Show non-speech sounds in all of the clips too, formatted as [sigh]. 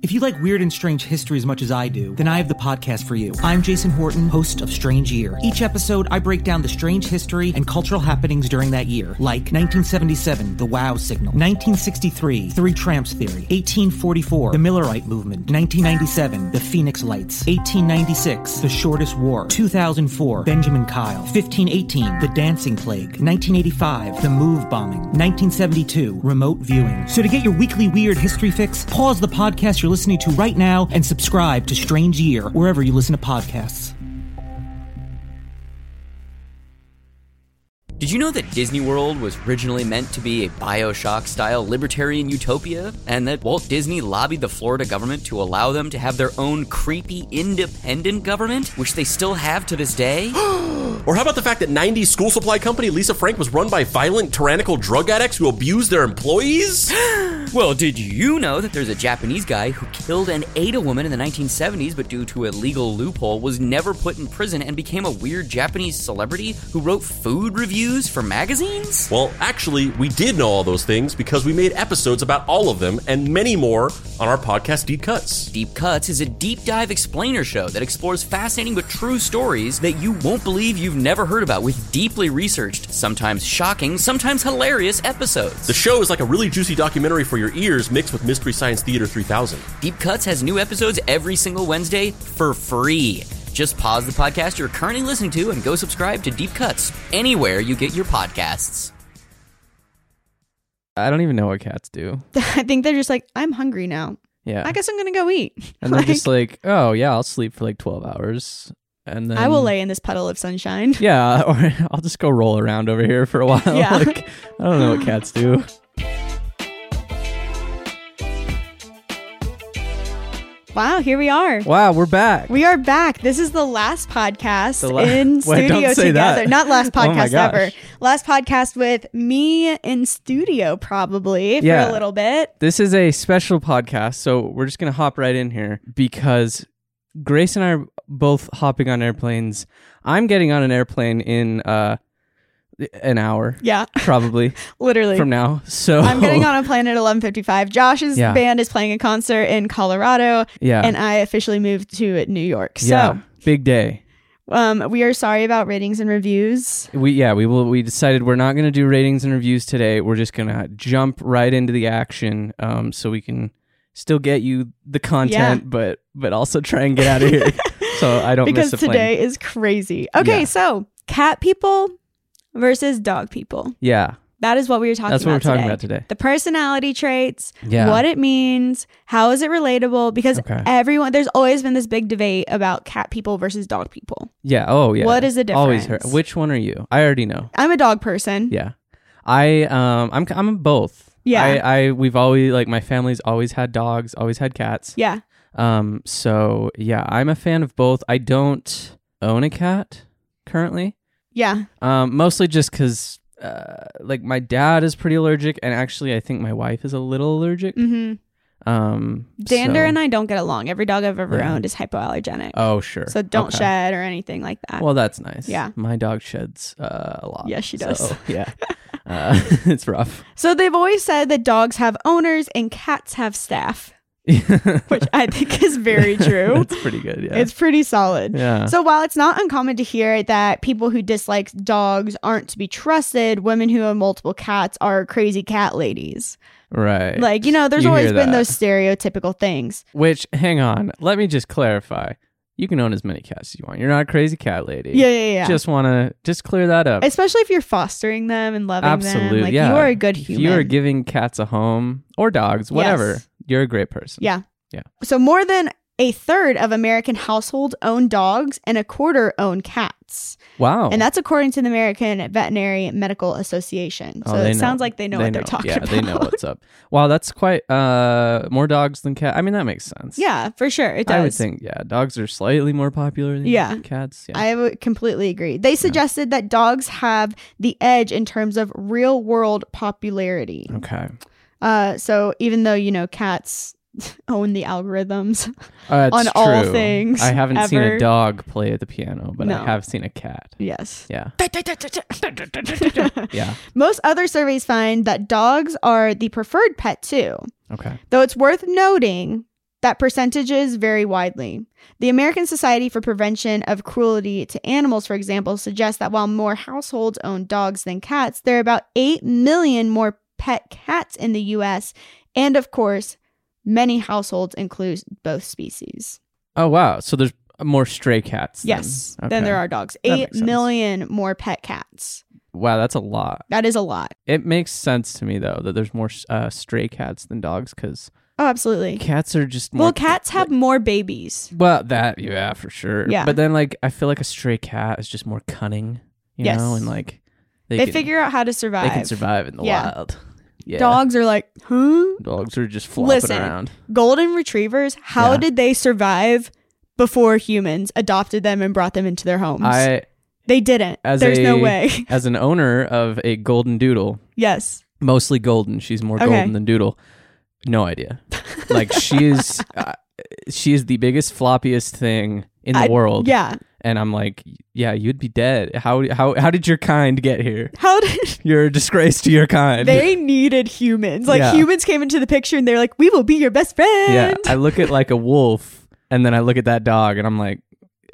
If you like weird and strange history as much as I do, then I have the podcast for you. I'm Jason Horton, host of Strange Year. Each episode, I break down the strange history and cultural happenings during that year, like 1977, the Wow Signal, 1963, Three Tramps Theory, 1844, the Millerite Movement, 1997, the Phoenix Lights, 1896, the Shortest War, 2004, Benjamin Kyle, 1518, the Dancing Plague, 1985, the Move Bombing, 1972, remote viewing. So to get your weekly weird history fix, pause the podcast you're listening to right now and subscribe to Strange Year wherever you listen to podcasts. Did you know that Disney World was originally meant to be a Bioshock style libertarian utopia? And that Walt Disney lobbied the Florida government to allow them to have their own creepy independent government, which they still have to this day? Or how about the fact that 90s school supply company Lisa Frank was run by violent, tyrannical drug addicts who abused their employees? well, did you know that there's a Japanese guy who killed and ate a woman in the 1970s, but due to a legal loophole, was never put in prison and became a weird Japanese celebrity who wrote food reviews for magazines? well, actually, we did know all those things because we made episodes about all of them and many more on our podcast Deep Cuts. Deep Cuts is a deep dive explainer show that explores fascinating but true stories that you won't believe you've never heard about with deeply researched, sometimes shocking, sometimes hilarious episodes. The show is like a really juicy documentary for your ears mixed with Mystery Science Theater 3000. Deep Cuts has new episodes every single Wednesday for free. Just pause the podcast you're currently listening to and go subscribe to Deep Cuts anywhere you get your podcasts. I don't even know what cats do. [laughs] I think they're just like, I'm hungry now. Yeah. I guess I'm gonna go eat. [laughs] and they're just like, oh, yeah, I'll sleep for like 12 hours. And then I will lay in this puddle of sunshine. Yeah, [laughs] or I'll just go roll around over here for a while. [laughs] Yeah. [laughs] Like, I don't know what cats [laughs] do. [laughs] Wow, here we are. Wow, we're back. We are back. This is the last podcast The la- in [laughs] Wait, don't studio say that. together. Not last [laughs] Oh my podcast ever. gosh. Last podcast with me in studio probably for Yeah. a little bit. This is a special podcast, so we're just gonna hop right in here because Grace and I are both hopping on airplanes. I'm getting on an airplane in uh an hour, Yeah, [laughs] probably literally. from now. So [laughs] I'm getting on a plane at 11:55. Josh's Yeah. band is playing a concert in Colorado, yeah, and I officially moved to New York. So, yeah, big day. um, we are sorry about ratings and reviews. We yeah we will we decided we're not gonna do ratings and reviews today. We're just gonna jump right into the action, um, so we can still get you the content, but but also try and get out of [laughs] here. so I don't miss because a plane. today is crazy. Okay, Yeah. so cat people versus dog people. yeah, That is what we were talking that's what about. we're talking today. about today. The personality traits, Yeah. what it means, how is it relatable? Because Okay. everyone, there's always been this big debate about cat people versus dog people. Yeah. Oh, yeah. What is the Always her. difference? Which one are you? I already know. I'm a dog person. Yeah. I um I'm I'm both. Yeah. I, I we've always like my family's always had dogs, always had cats. Yeah. Um so yeah, I'm a fan of both. I don't own a cat currently. Yeah. Um mostly just cuz uh, like my dad is pretty allergic and actually I think my wife is a little allergic. hmm Um Dander so- and I don't get along. Every dog I've ever Yeah. owned is hypoallergenic. Oh sure. So don't Okay. shed or anything like that. Well, that's nice. Yeah. My dog sheds uh, a lot. Yes, she so, does. [laughs] yeah. [laughs] Uh, [laughs] it's rough. so they've always said that dogs have owners and cats have staff, which I think [laughs] is very true. That's pretty good. Yeah. It's pretty solid. yeah. So while it's not uncommon to hear that people who dislike dogs aren't to be trusted, women who own multiple cats are crazy cat ladies. right. Like, you know, there's You always hear been that. those stereotypical things. Which, hang on. Let me just clarify. You can own as many cats as you want. You're not a crazy cat lady. Yeah, yeah, yeah. Just want to just clear that up. Especially if you're fostering them and loving Absolutely. them. Like yeah. you are a good If human. You are giving cats a home or dogs, whatever. Yes. You're a great person. Yeah. Yeah. So more than a third of American households own dogs and a quarter own cats. Wow. And that's according to the American Veterinary Medical Association. So Oh, they it know. sounds like they know what they're talking yeah, about. they know what's up. Wow, that's quite uh more dogs than cat. I mean, that makes sense. yeah, for sure. It does. I would think yeah, dogs are slightly more popular than Yeah. cats. Yeah. I would completely agree. They suggested that dogs have the edge in terms of Oh. real world popularity. okay. Uh, so even though you know cats [laughs] own the algorithms. Uh, it's On all true. things I haven't seen ever. a dog play at the piano, but No. I have seen a cat. Yes. Yeah. Yeah. Most other surveys find that dogs are the preferred pet too, Okay. though it's worth noting that percentages vary widely. The American Society for Prevention of Cruelty to Animals, for example, suggests that while more households own dogs than cats, there are about 8 million more pet cats in the US, and of course, many households include both species. Oh wow. So there's more stray cats. then. Yes, Okay. then there are dogs. That 8 makes sense. million more pet cats. Wow, that's a lot. That is a lot. It makes sense to me though that there's more uh, stray cats than dogs because Oh, absolutely. cats are just more Well, cats have more babies. Well, that yeah, for sure. Yeah. But then like I feel like a stray cat is just more cunning, you Yes. know, and like They, can- figure out how to they survive. can survive in the Yeah. wild. Yeah. Dogs are like, huh? Dogs are just flopping Listen. around. Golden retrievers, how Yeah. did they survive before humans adopted them and brought them into their homes? I they didn't. as There's no a- way. [laughs] as an owner of a golden doodle, yes. mostly golden. She's more Okay. golden than doodle. No idea. Like she is, [laughs] uh, she is the biggest floppiest thing in the I- world. Yeah. and I'm like, yeah, you'd be dead. How how how did your kind get here? How [laughs] did You're a disgrace to your kind. they needed humans? Like Yeah. humans came into the picture and they're like, we will be your best friend. yeah, I look at like a wolf, and then I look at that dog, and I'm like,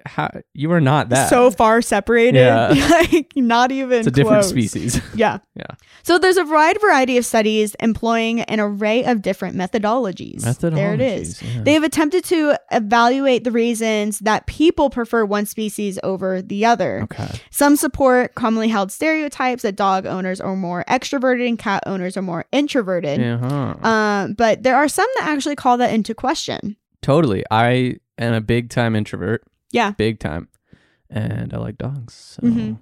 how you are not that. So far separated. Yeah. [laughs] like not even it's a different close. species. [laughs] Yeah. Yeah. So there's a wide variety of studies employing an array of different methodologies. There it is. Methodologies, yeah. They have attempted to evaluate the reasons that people prefer one species over the other. Okay. Some support commonly held stereotypes that dog owners are more extroverted and cat owners are more introverted. Yeah. huh. Um, but there are some that actually call that into question. totally. I am a big time introvert. Yeah. Big time, and I like dogs. So Mhm.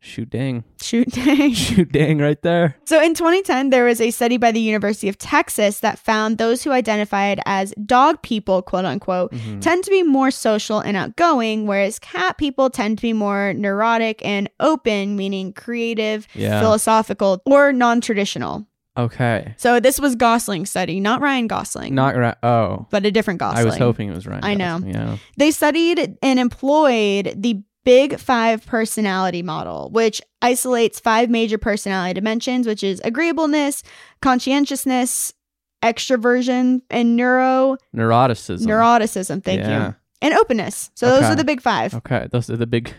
shoot, dang, [laughs] Shoot, [laughs] dang. shoot, dang, right there. So in 2010, there was a study by the University of Texas that found those who identified as dog people, quote unquote, Mm-hmm. tend to be more social and outgoing, whereas cat people tend to be more neurotic and open, meaning creative, Yeah. philosophical, or non traditional. Okay. So this was Gosling's study, not Ryan Gosling, Not right. Oh, but a different Gosling. I was hoping it was right. I know. Yeah. They studied and employed the Big Five personality model, which isolates five major personality dimensions, which is agreeableness, conscientiousness, extroversion, and neuro Neuroticism. neuroticism. Thank Yeah. you. And openness. So those Okay. are the big five. Okay, those are [laughs] the big.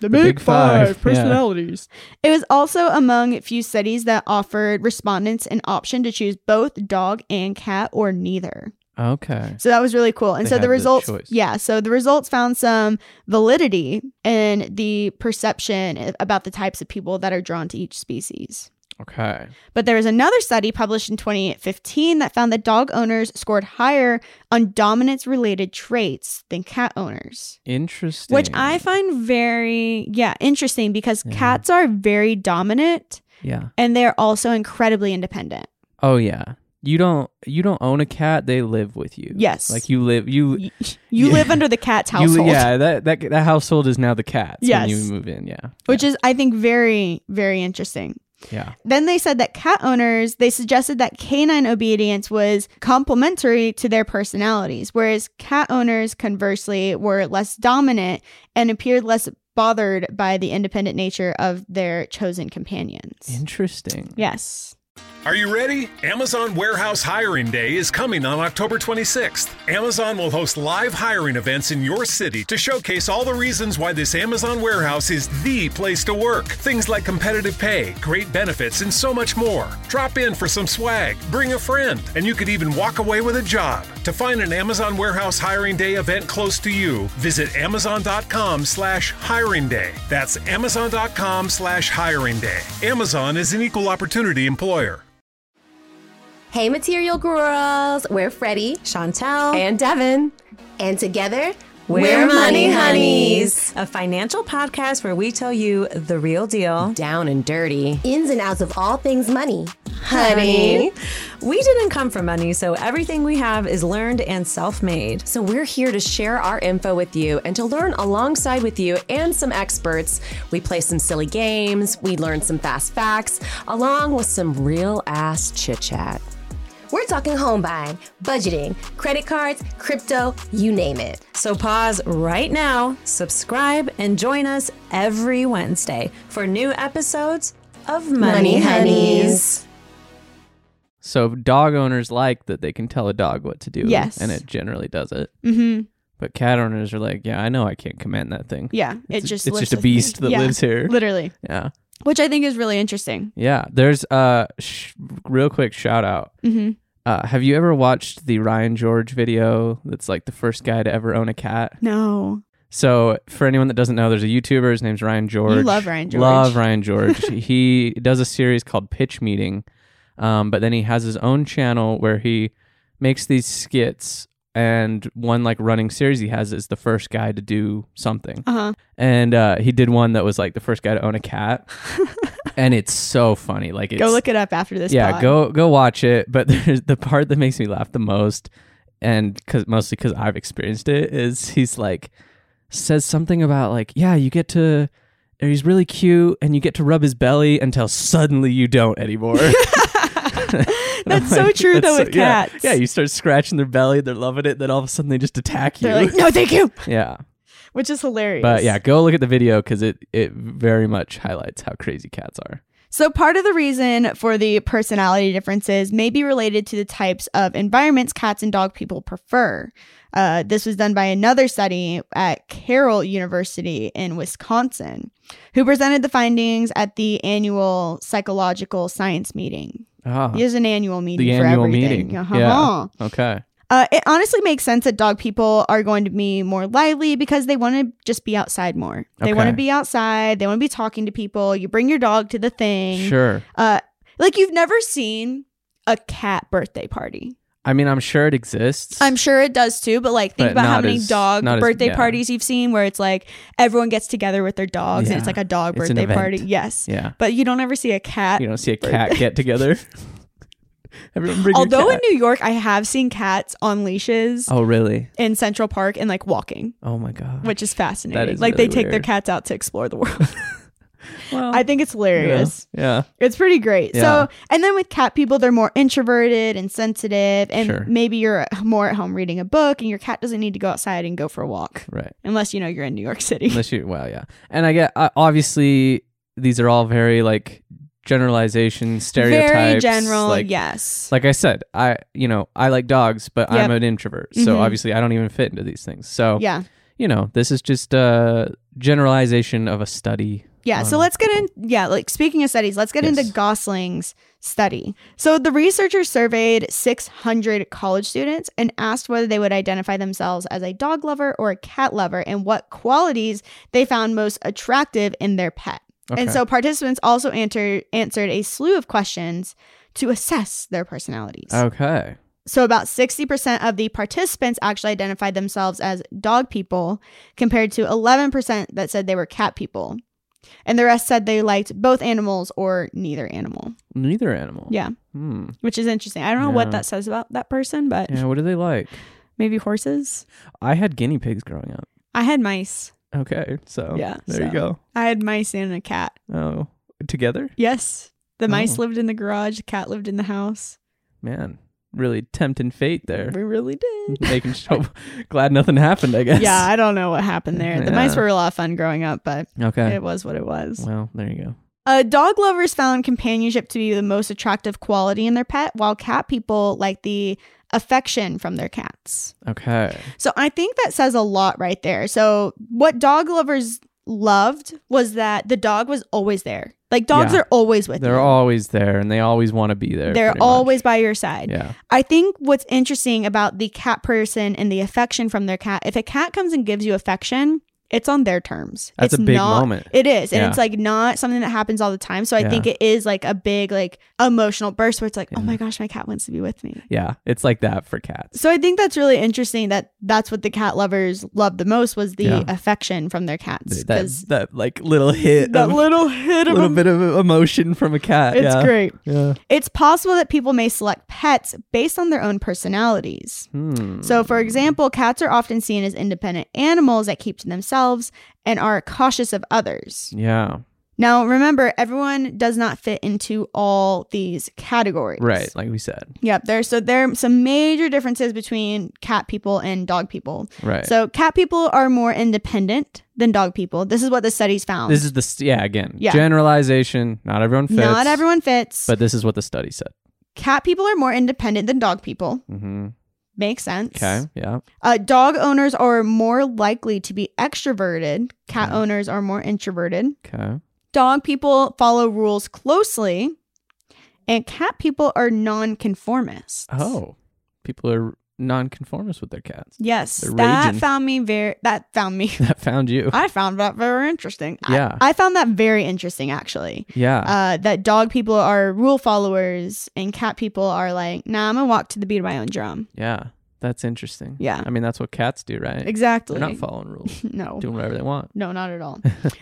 The big big five, five yeah. personalities. It was also among few studies that offered respondents an option to choose both dog and cat or neither. Okay. So that was really cool. And They so had the the results, choice. yeah. So the results found some validity in the perception i- about the types of people that are drawn to each species. Okay. But there was another study published in 2015 that found that dog owners scored higher on dominance related traits than cat owners. Interesting. Which I find very, yeah, interesting because Yeah. cats are very dominant Yeah. and they're also incredibly independent. Oh yeah. You don't. You don't own a cat. They live with you. Yes. Like you live. You. Y- [laughs] You Yeah. live under the cat's you- household. yeah. That that that household is now the cat's Yes. when you move in. Yeah. which is i think very very interesting Yeah. then they said that cat owners they suggested that canine obedience was complementary to their personalities whereas cat owners conversely were less dominant and appeared less bothered by the independent nature of their chosen companions Interesting. yes Are you ready? Amazon Warehouse Hiring Day is coming on October 26th. Amazon will host live hiring events in your city to showcase all the reasons why this Amazon warehouse is the place to work. Things like competitive pay, great benefits, and so much more. Drop in for some swag, bring a friend, and you could even walk away with a job. To find an Amazon Warehouse Hiring Day event close to you, visit amazon.com slash hiring day. That's amazon.com slash hiring day. Amazon is an equal opportunity employer. Hey, Material Girls! We're Freddie, Chantel, and Devin. and together, a financial podcast where we tell you the real deal, down and dirty. Ins and outs of all things money. we didn't come from money, so everything we have is learned and self-made. So we're here to share our info with you and to learn alongside with you and some experts. We play some silly games, we learn some fast facts, along with some real ass chit chat. We're talking home buying, budgeting, credit cards, crypto, you name it. So pause right now, subscribe, and join us every Wednesday for new episodes of Money, Money Honeys. Honeys. So dog owners like that they can tell a dog what to do. Yes. And it generally does it. Mm-hmm. But cat owners are like, yeah, I know I can't command that thing. Yeah, it It's a- just it's lives just a with me. beast that Yeah, lives here. literally, Yeah. which I think is really interesting. Yeah. There's uh, sh- real quick shout out. Mm-hmm. Uh, have you ever watched the Ryan George video that's like the first guy to ever own a cat? No, So, for anyone that doesn't know, there's a YouTuber. His name's Ryan George. love Ryan George. Love [laughs] Ryan George. he does a series called Pitch Meeting, um, but then he has his own channel where he makes these skits. And one like running series he has is the first guy to do something. uh huh. And uh, he did one that was like the first guy to own a [laughs] cat, and it's so funny. Like, it's, Go look it up after this. yeah pod. go go watch it but [laughs] there's the part that makes me laugh the most and cause, mostly because i've experienced it is he's like says something about like yeah you get to or he's really cute and you get to rub his belly until suddenly you don't anymore [laughs] And I'm [laughs] That's so true, though, with yeah. cats. yeah, you start scratching their belly they're loving it then all of a sudden they just attack you They're [laughs] like, no, thank you, yeah which is hilarious. but yeah go look at the video because it it very much highlights how crazy cats are So, part of the reason for the personality differences may be related to the types of environments cats and dog people prefer. Uh, this was done by another study at Carroll University in Wisconsin, who presented the findings at the annual psychological science meeting. Ah, There's an annual meeting the for annual everything. meeting Uh-huh. yeah okay Uh, it honestly makes sense that dog people are going to be more lively because they want to just be outside more. They want Okay. to be outside. They want to be talking to people. You bring your dog to the thing. sure Uh, like you've never seen a cat birthday party. I mean, I'm sure it exists. I'm sure it does too, but like think But about how not many as- dog not as- birthday yeah. parties you've seen where it's like everyone gets together with their dogs and Yeah. it's like a dog It's an birthday party. event. Yes. yeah. But you don't ever see a cat. You don't see a cat get together. [laughs] Everyone bring Although your in cat. New York I have seen cats on leashes oh really? in Central Park and like walking, Oh my god. which is fascinating. is like really they take their weird. cats out to explore [laughs] the world. Well, I think it's hilarious. Yeah. It's pretty great. Yeah. So, and then with cat people, they're more introverted and sensitive, and Sure. maybe you're at- more at home reading a book, and your cat doesn't need to go outside and go for a walk, Right. unless you know you're in New York City. Unless you. Well, yeah. And I get I, obviously these are all very like generalizations, stereotypes. Very general, Like, yes. Like I said, I you know I like dogs, but I'm Yep. an introvert, Mhm. so obviously I don't even fit into these things. So yeah, you know, this is just a generalization of a study. yeah. So Um, let's get in. Yeah, like speaking of studies, let's get Yes. into Gosling's study. So the researchers surveyed 600 college students and asked whether they would identify themselves as a dog lover or a cat lover, and what qualities they found most attractive in their pet. And Okay. so participants also enter, answered a slew of questions to assess their personalities. Oh, Okay. So about 60% of the participants actually identified themselves as dog people compared to 11% that said they were cat people. And the rest said they liked both animals or neither animal. Neither animal. Yeah, Hmm. which is interesting. I don't know Yeah. what that says about that person, but Yeah. What do they like? maybe horses. I had guinea pigs growing up. I had mice. Okay, so Yeah, there you so- go. I had mice and a cat. Oh, together, Yes. The mice Oh. lived in the garage, the cat lived in the house. man, really tempting fate [laughs] there. We really [laughs] did. Making so glad nothing happened. I guess. Yeah, I don't know what happened there. The mice Yeah. were a lot of fun growing up, but Okay. it was what it was. Well, there you go. Uh, dog lovers found companionship to be the most attractive quality in their pet, while cat people like the affection from their cats. Okay. So I think that says a lot right there. So what dog lovers loved was that the dog was always there. Like dogs Yeah. are always with They're you. always there, and they always want to be there. They're pretty much. always by your side. Yeah. I think what's interesting about the cat person and the affection from their cat, if a cat comes and gives you affection, it's on their terms. That's it's a big not, moment. It is. And Yeah. it's like not something that happens all the time. So I Yeah. think it is like a big, like emotional burst where it's like, oh Yeah. my gosh, my cat wants to be with me. Yeah. It's like that for cats. So I think that's really interesting that that's what the cat lovers loved the most was the Yeah. affection from their cats. That, 'Cause that like [laughs] little hit, that of, little hit [laughs] of little em- bit of emotion from a cat. It's Uh, yeah. great. Yeah. It's possible that people may select pets based on their own personalities. Hmm. So, for example, cats are often seen as independent animals that keep to themselves and are cautious of others. Yeah. Now, remember, everyone does not fit into all these categories. Right, like we said. Yep. There. So there are some major differences between cat people and dog people. Right. So cat people are more independent than dog people. This is what the studies found. this is the st- yeah again Yeah. generalization. Not everyone fits. not everyone fits. But this is what the study said. cat people are more independent than dog people. Mm-hmm. Makes sense. Okay. Yeah. Uh, dog owners are more likely to be extroverted. Cat owners are more introverted. Okay. Dog people follow rules closely, and cat people are nonconformists. Oh, people are nonconformist with their cats. yes, They're that raging. found me very. That found me. [laughs] That found you. I found that very interesting. I- Yeah. I, found that very interesting actually. yeah. Uh, that dog people are rule followers, and cat people are like, nah, I'm gonna walk to the beat of my own drum. yeah. That's interesting. Yeah. I mean, that's what cats do, right? Exactly. They're not following rules, [laughs] no. doing whatever they want. No, not at all.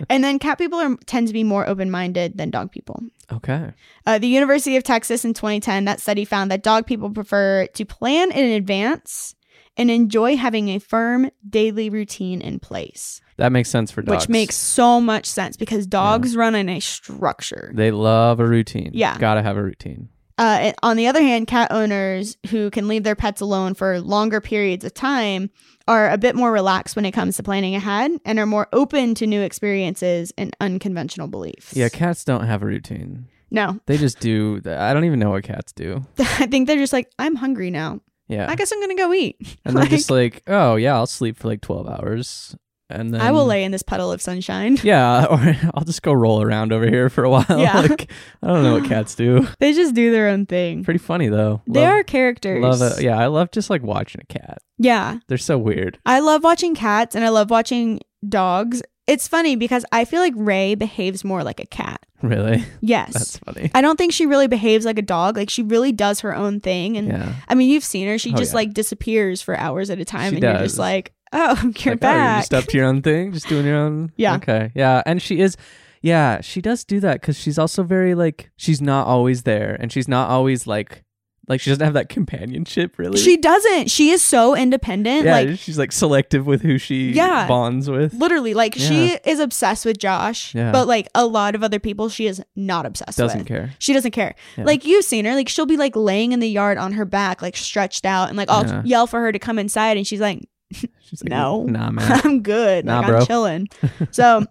and then cat people are, tend to be more open minded than dog people. Okay. Uh, the University of Texas in 2010, that study found that dog people prefer to plan in advance and enjoy having a firm daily routine in place, That makes sense for dogs. which makes so much sense because dogs run in a structure. They love a routine. Yeah. Gotta have a routine. Uh, and on the other hand, cat owners who can leave their pets alone for longer periods of time are a bit more relaxed when it comes to planning ahead and are more open to new experiences and unconventional beliefs. Yeah, cats don't have a routine. No, [laughs] They just do. th- I don't even know what cats do. I think they're just like, I'm hungry now. Yeah. I guess I'm going to go eat. [laughs] and they're just like, oh, yeah, I'll sleep for like 12 hours. And then I will lay in this puddle of sunshine. [laughs] Yeah, [laughs] or I'll just go roll around over here for a while. [laughs] Yeah. like, I don't know what cats [laughs] do. They just do their own thing. Pretty funny, though. they Love- are characters. Love it. Yeah, I love just like watching a cat. Yeah. They're so weird. [laughs] I love watching cats and I love watching dogs. It's funny because I feel like Ray behaves more like a cat. Really? Yes. That's funny. I don't think she really behaves like a dog. Like she really does her own thing. And Yeah. I mean, you've seen her. She Oh, just yeah. like disappears for hours at a time, She and you're does. just like, oh, [laughs] you're Like, oh, back. just [laughs] up to your own thing, just doing your own. Yeah. Okay. Yeah, and she is. Yeah, she does do that because she's also very like she's not always there, and she's not always like like she doesn't have that companionship really. she doesn't. She is so independent. yeah, like she's like selective with who she Yeah. bonds with. literally, like she is obsessed with Josh, Yeah. but like a lot of other people, she is not obsessed. Doesn't with. care. She doesn't care. Like you've seen her. Like she'll be like laying in the yard on her back, like stretched out, and like I'll Yeah. yell for her to come inside, and she's like, She's like, No. nah, [laughs] man. I'm good. Nah, like bro. [laughs] I'm chilling. So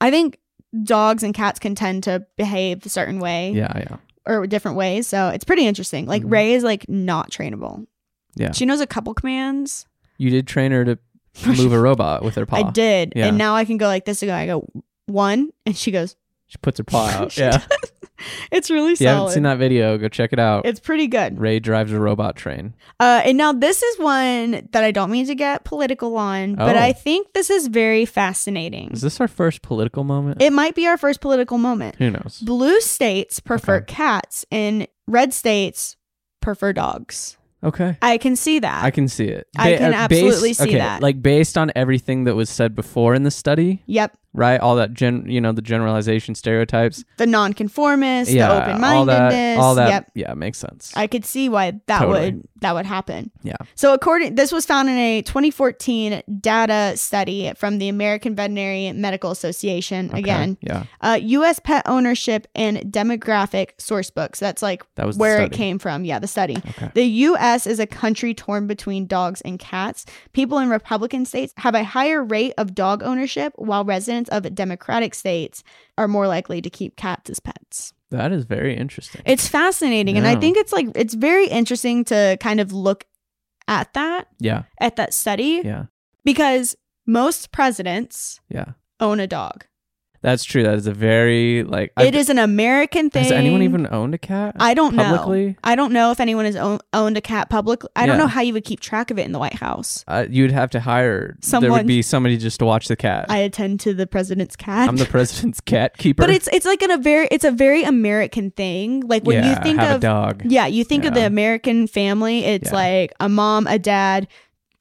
I think dogs and cats can tend to behave a certain way yeah, yeah, or different ways. So it's pretty interesting. Like Mhm. Ray is like not trainable. yeah. She knows a couple commands. you did train her to move [laughs] a robot with her paw. I did. Yeah. And now I can go like this to go. I go one and she goes, She puts her [laughs] paw out. She yeah. does. It's really If you haven't solid. seen that video, go check it out. It's pretty good. Ray drives a robot train. Uh, and now this is one that I don't mean to get political on, but Oh. I think this is very fascinating. Is this our first political moment? it might be our first political moment. Who knows? Blue states prefer Okay. cats and red states prefer dogs. Okay. I can see that. I can see it. I can uh, absolutely see okay, that. Like based on everything that was said before in the study, yep. right? All that gen, you know, the generalization stereotypes. The nonconformist, the yeah, open all mindedness. that, all that. Yep. Yeah, makes sense. I could see why that Totally. would that would happen. Yeah. So according this was found in a 2014 data study from the American Veterinary Medical Association Okay, again. yeah, Uh, US pet ownership and demographic source book. So that's like that was the where it study. came from. Yeah, the study. Okay. The US is a country torn between dogs and cats. People in Republican states have a higher rate of dog ownership, while residents of Democratic states are more likely to keep cats as pets. That is very interesting. It's fascinating. And I Yeah. think it's like, it's very interesting to kind of look at that, yeah, at that study, yeah, because most presidents yeah. own a dog. That's true. That is a very like. it is an American thing. Has anyone even owned a cat? I don't publicly? know. I don't know if anyone has own, owned a cat publicly. I don't Yeah. know how you would keep track of it in the White House. Uh, you'd have to hire. There Someone- would be somebody just to watch the cat. I attend to the president's cat. I'm the president's [laughs] cat keeper. [laughs] but it's it's like an, a very it's a very American thing. Like when yeah, you think have of a dog. yeah, you think of the Yeah. American family. It's Yeah. like a mom, a dad,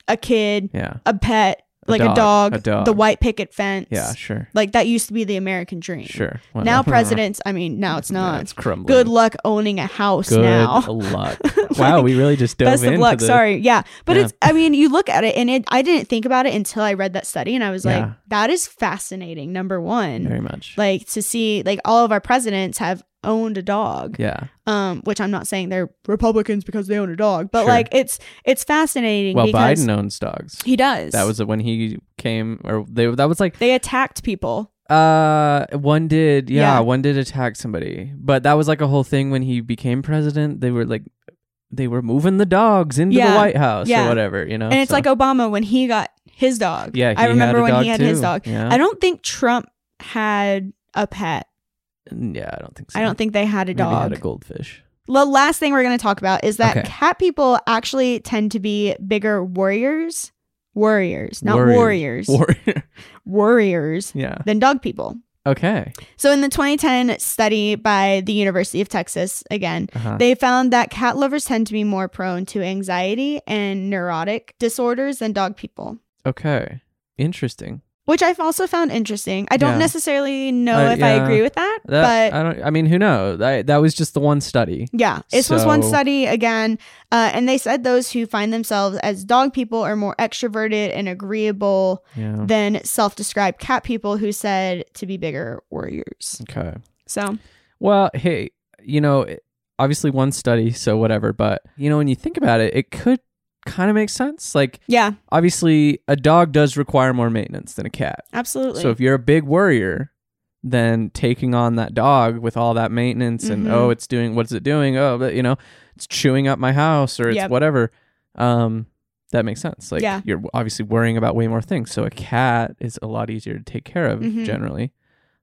a kid, Yeah. a pet, like a dog, a dog. the white picket fence. Yeah, sure, Like that used to be the American dream. sure. Now Whatever. presidents, I mean, now [laughs] it's Yeah, not. it's crumbling. Good luck owning a house Good now. [laughs] luck. wow, we really just dove Best of into luck. the- Sorry. Yeah. But Yeah. it's I mean, you look at it and it I didn't think about it until I read that study and I was like, Yeah. that is fascinating, number one. very much. Like to see like all of our presidents have owned a dog. yeah, Um, which I'm not saying they're Republicans because they own a dog, but Sure. like it's it's fascinating well, because Biden owns dogs. he does. That was when he came, or they. That was like they attacked people. Uh, one did, yeah, Yeah. one did attack somebody, but that was like a whole thing when he became president. They were like, they were moving the dogs into Yeah. the White House Yeah. or whatever, you know. And it's so- like Obama when he got his dog. yeah, I he remember had a when dog he had his too. dog. Yeah, I don't think Trump had a pet. yeah, I don't think so. I don't think they had a Maybe he dog. had a goldfish. the last thing we're going to talk about is that Okay. cat people actually tend to be bigger warriors, warriors, not warriors, Warrior. [laughs] warriors yeah. than dog people. Okay. So in the 2010 study by the University of Texas again, Uh-huh. they found that cat lovers tend to be more prone to anxiety and neurotic disorders than dog people. okay. Interesting. Which I've also found interesting. I don't Yeah. necessarily know Uh, if I yeah. agree with that, That, but I don't. I mean, who knows? That that was just the one study. Yeah, this was one So- study again, uh, and they said those who find themselves as dog people are more extroverted and agreeable Yeah. than self-described cat people who said to be bigger warriors. Okay. So Well, hey, you know, it- obviously one study, so whatever, but you know, when you think about it, it could kind of make sense. Like, yeah, obviously, a dog does require more maintenance than a cat. absolutely. So if you're a big worrier, then taking on that dog with all that maintenance Mhm. and oh, it's doing what's it doing? Oh, but, you know, it's chewing up my house or it's Yep. whatever. Um, that makes sense. Like Yeah. you're obviously worrying about way more things. So a cat is a lot easier to take care of Mhm. generally.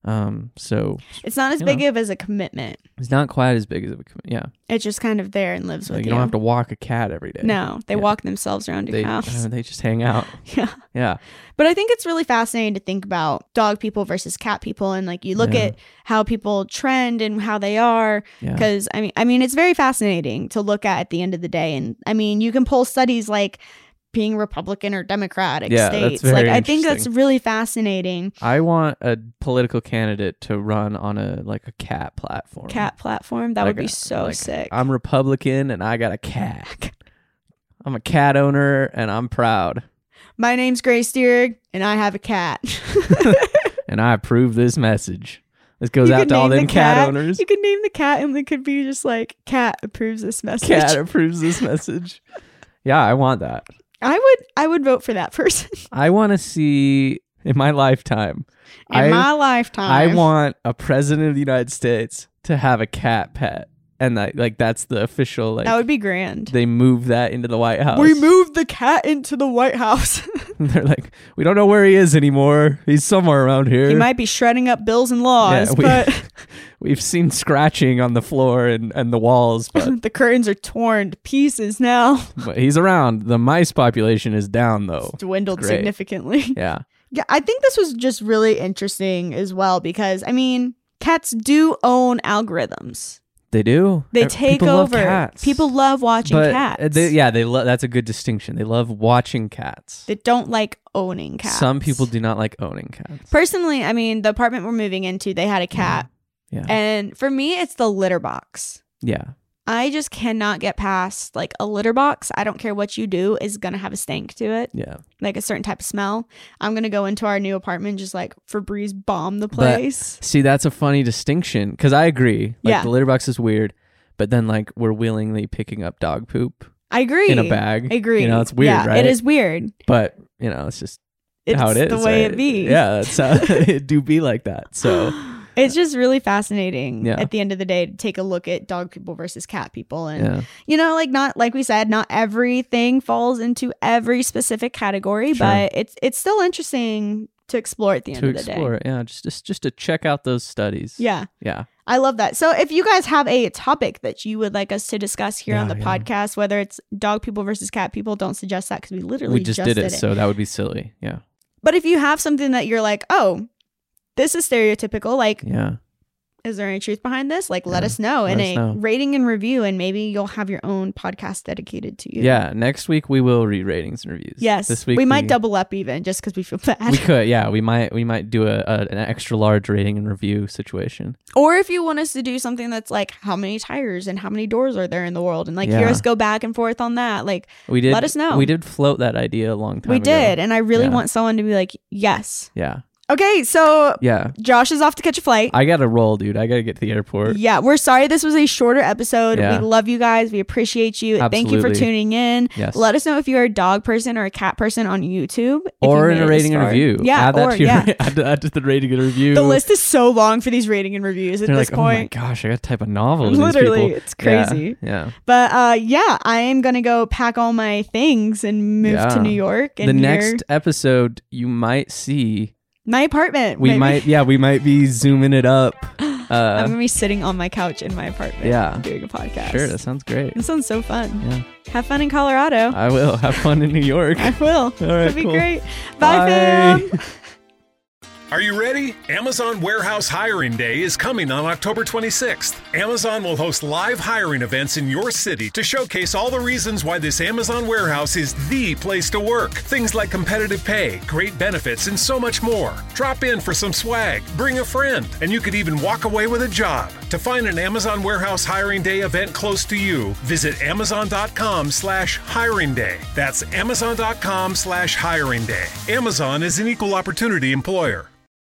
Um, so it's not as you big know. of as a commitment. it's not quite as big as a commitment. Yeah. It's just kind of there and lives So you, with you. don't have to walk a cat every day. No, they Yeah. walk themselves around your They, house. uh, [laughs] they just hang [laughs] out. yeah. Yeah. But I think it's really fascinating to think about dog people versus cat people and like you look Yeah. at how people trend and how they are Yeah. because I mean I mean it's very fascinating to look at at the end of the day and I mean you can pull studies like being Republican or Democratic Yeah, that's states. very like I think that's interesting. really fascinating. I want a political candidate to run on a like a cat platform. Cat platform that Like would be a- so like, sick. I'm Republican and I got a cat. I'm a cat owner and I'm proud My name's Grace Deerig and I have a cat. [laughs] and I approve this message. This goes You out could to all name them the cat, owners. You could name the cat and it could be just like cat approves this message. Cat approves this message. Yeah, I want that. I would I would vote for that [laughs] person I want to see in my lifetime. in I my lifetime. I want a president of the United States to have a cat pet, and that like that's the official like that would be grand. they move that into the White House. We moved the cat into the White House. [laughs] They're like, we don't know where he is anymore. He's somewhere around here. [laughs] he might be shredding up bills and Yeah, laws, we, but [laughs] we've seen scratching on the floor and, and the walls, but, [laughs] the curtains are torn to [laughs] pieces now. but he's around. The mice population is down though. Dwindled great. significantly. Yeah, [laughs] Yeah, I think this was just really interesting as well because I mean, cats do own algorithms. they do. They Ev- take Uh, people love over. cats. People love watching but uh, cats. They, yeah, they lo- that's a good distinction. They love watching cats. They don't like owning cats. Some people do not like owning cats. Personally, I mean, the apartment we're moving into, they had a cat. Yeah. And for me, it's the litter box. yeah. I just cannot get past like a litter box. I don't care what you do is going to have a stank to it, Yeah. like a certain type of smell. I'm going to go into our new apartment just like Febreze bomb the But- place. See, that's a funny distinction because I agree. Like Yeah. the litter box is weird, but then like we're willingly picking up dog poop. I agree. in a bag. I agree. You know, it's weird, yeah, right? It is weird. But you know, it's just It's how it is. the way right? it be. Yeah, that's how [laughs] it do be like [sighs] that. So It's just really fascinating Yeah. at the end of the day to take a look at dog people versus cat people. And, yeah, you know, like, not, like we said, not everything falls into every specific category, Sure. but it's, it's still interesting to explore at the end to of the explore. day. it. Yeah, just, just just to check out those studies. Yeah. yeah, I love that. So, if you guys have a topic that you would like us to discuss here on Yeah, the yeah. podcast, whether it's dog people versus cat people, don't suggest that because we literally we just, did, it, so that would be silly. Yeah, but if you have something that you're like, oh, this is stereotypical, like yeah, is there any truth behind this? Like, let us know in let us a know. rating and review, and maybe you'll have your own podcast dedicated to you. Yeah, next week we will read ratings and reviews. Yes. this week we might double up even just because we feel [laughs] bad. [laughs] We could, yeah, we might we might do a, a an extra large rating and review situation. or if you want us to do something that's like, how many tires and how many doors are there in the world, and like hear Yeah. us go back and forth on that. Like, We did Let us know. We did float that idea a long time. we ago. did, and I really Yeah. want someone to be like, yes. Yeah, Okay, so yeah. Josh is off to catch a flight. I got to roll, dude. I got to get to the airport. yeah, we're sorry this was a shorter episode. Yeah. We love you guys. We appreciate you. Thank you for Absolutely. tuning in. Yes. Let us know if you're a dog person or a cat person on YouTube. if you or in made a it this rating and far. review. Yeah, add that or, to your yeah. [laughs] add, to, add to the rating and review. the list is so long for these rating and reviews at They're this like, oh my point. gosh, I got to type a novel. To Literally, these people. it's Yeah, crazy. Yeah. but uh, yeah, I am gonna go pack all my things and move to Yeah. New York. And The hear next episode, you might see my apartment. we maybe. might yeah we might be zooming it up. [laughs] I'm Uh, gonna be sitting on my couch in my apartment. Yeah. doing a podcast. sure, that sounds great. That sounds so fun. Yeah. Have fun in Colorado. I will have fun in New York. [laughs] I will. All right, That'd be cool. great. Bye, Bye. fam. Are you ready? Amazon Warehouse Hiring Day is coming on October 26th. Amazon will host live hiring events in your city to showcase all the reasons why this Amazon warehouse is the place to work. Things like competitive pay, great benefits, and so much more. Drop in for some swag, bring a friend, and you could even walk away with a job. To find an Amazon Warehouse Hiring Day event close to you, visit amazon.com slash hiring day. That's amazon.com slash hiring day. Amazon is an equal opportunity employer.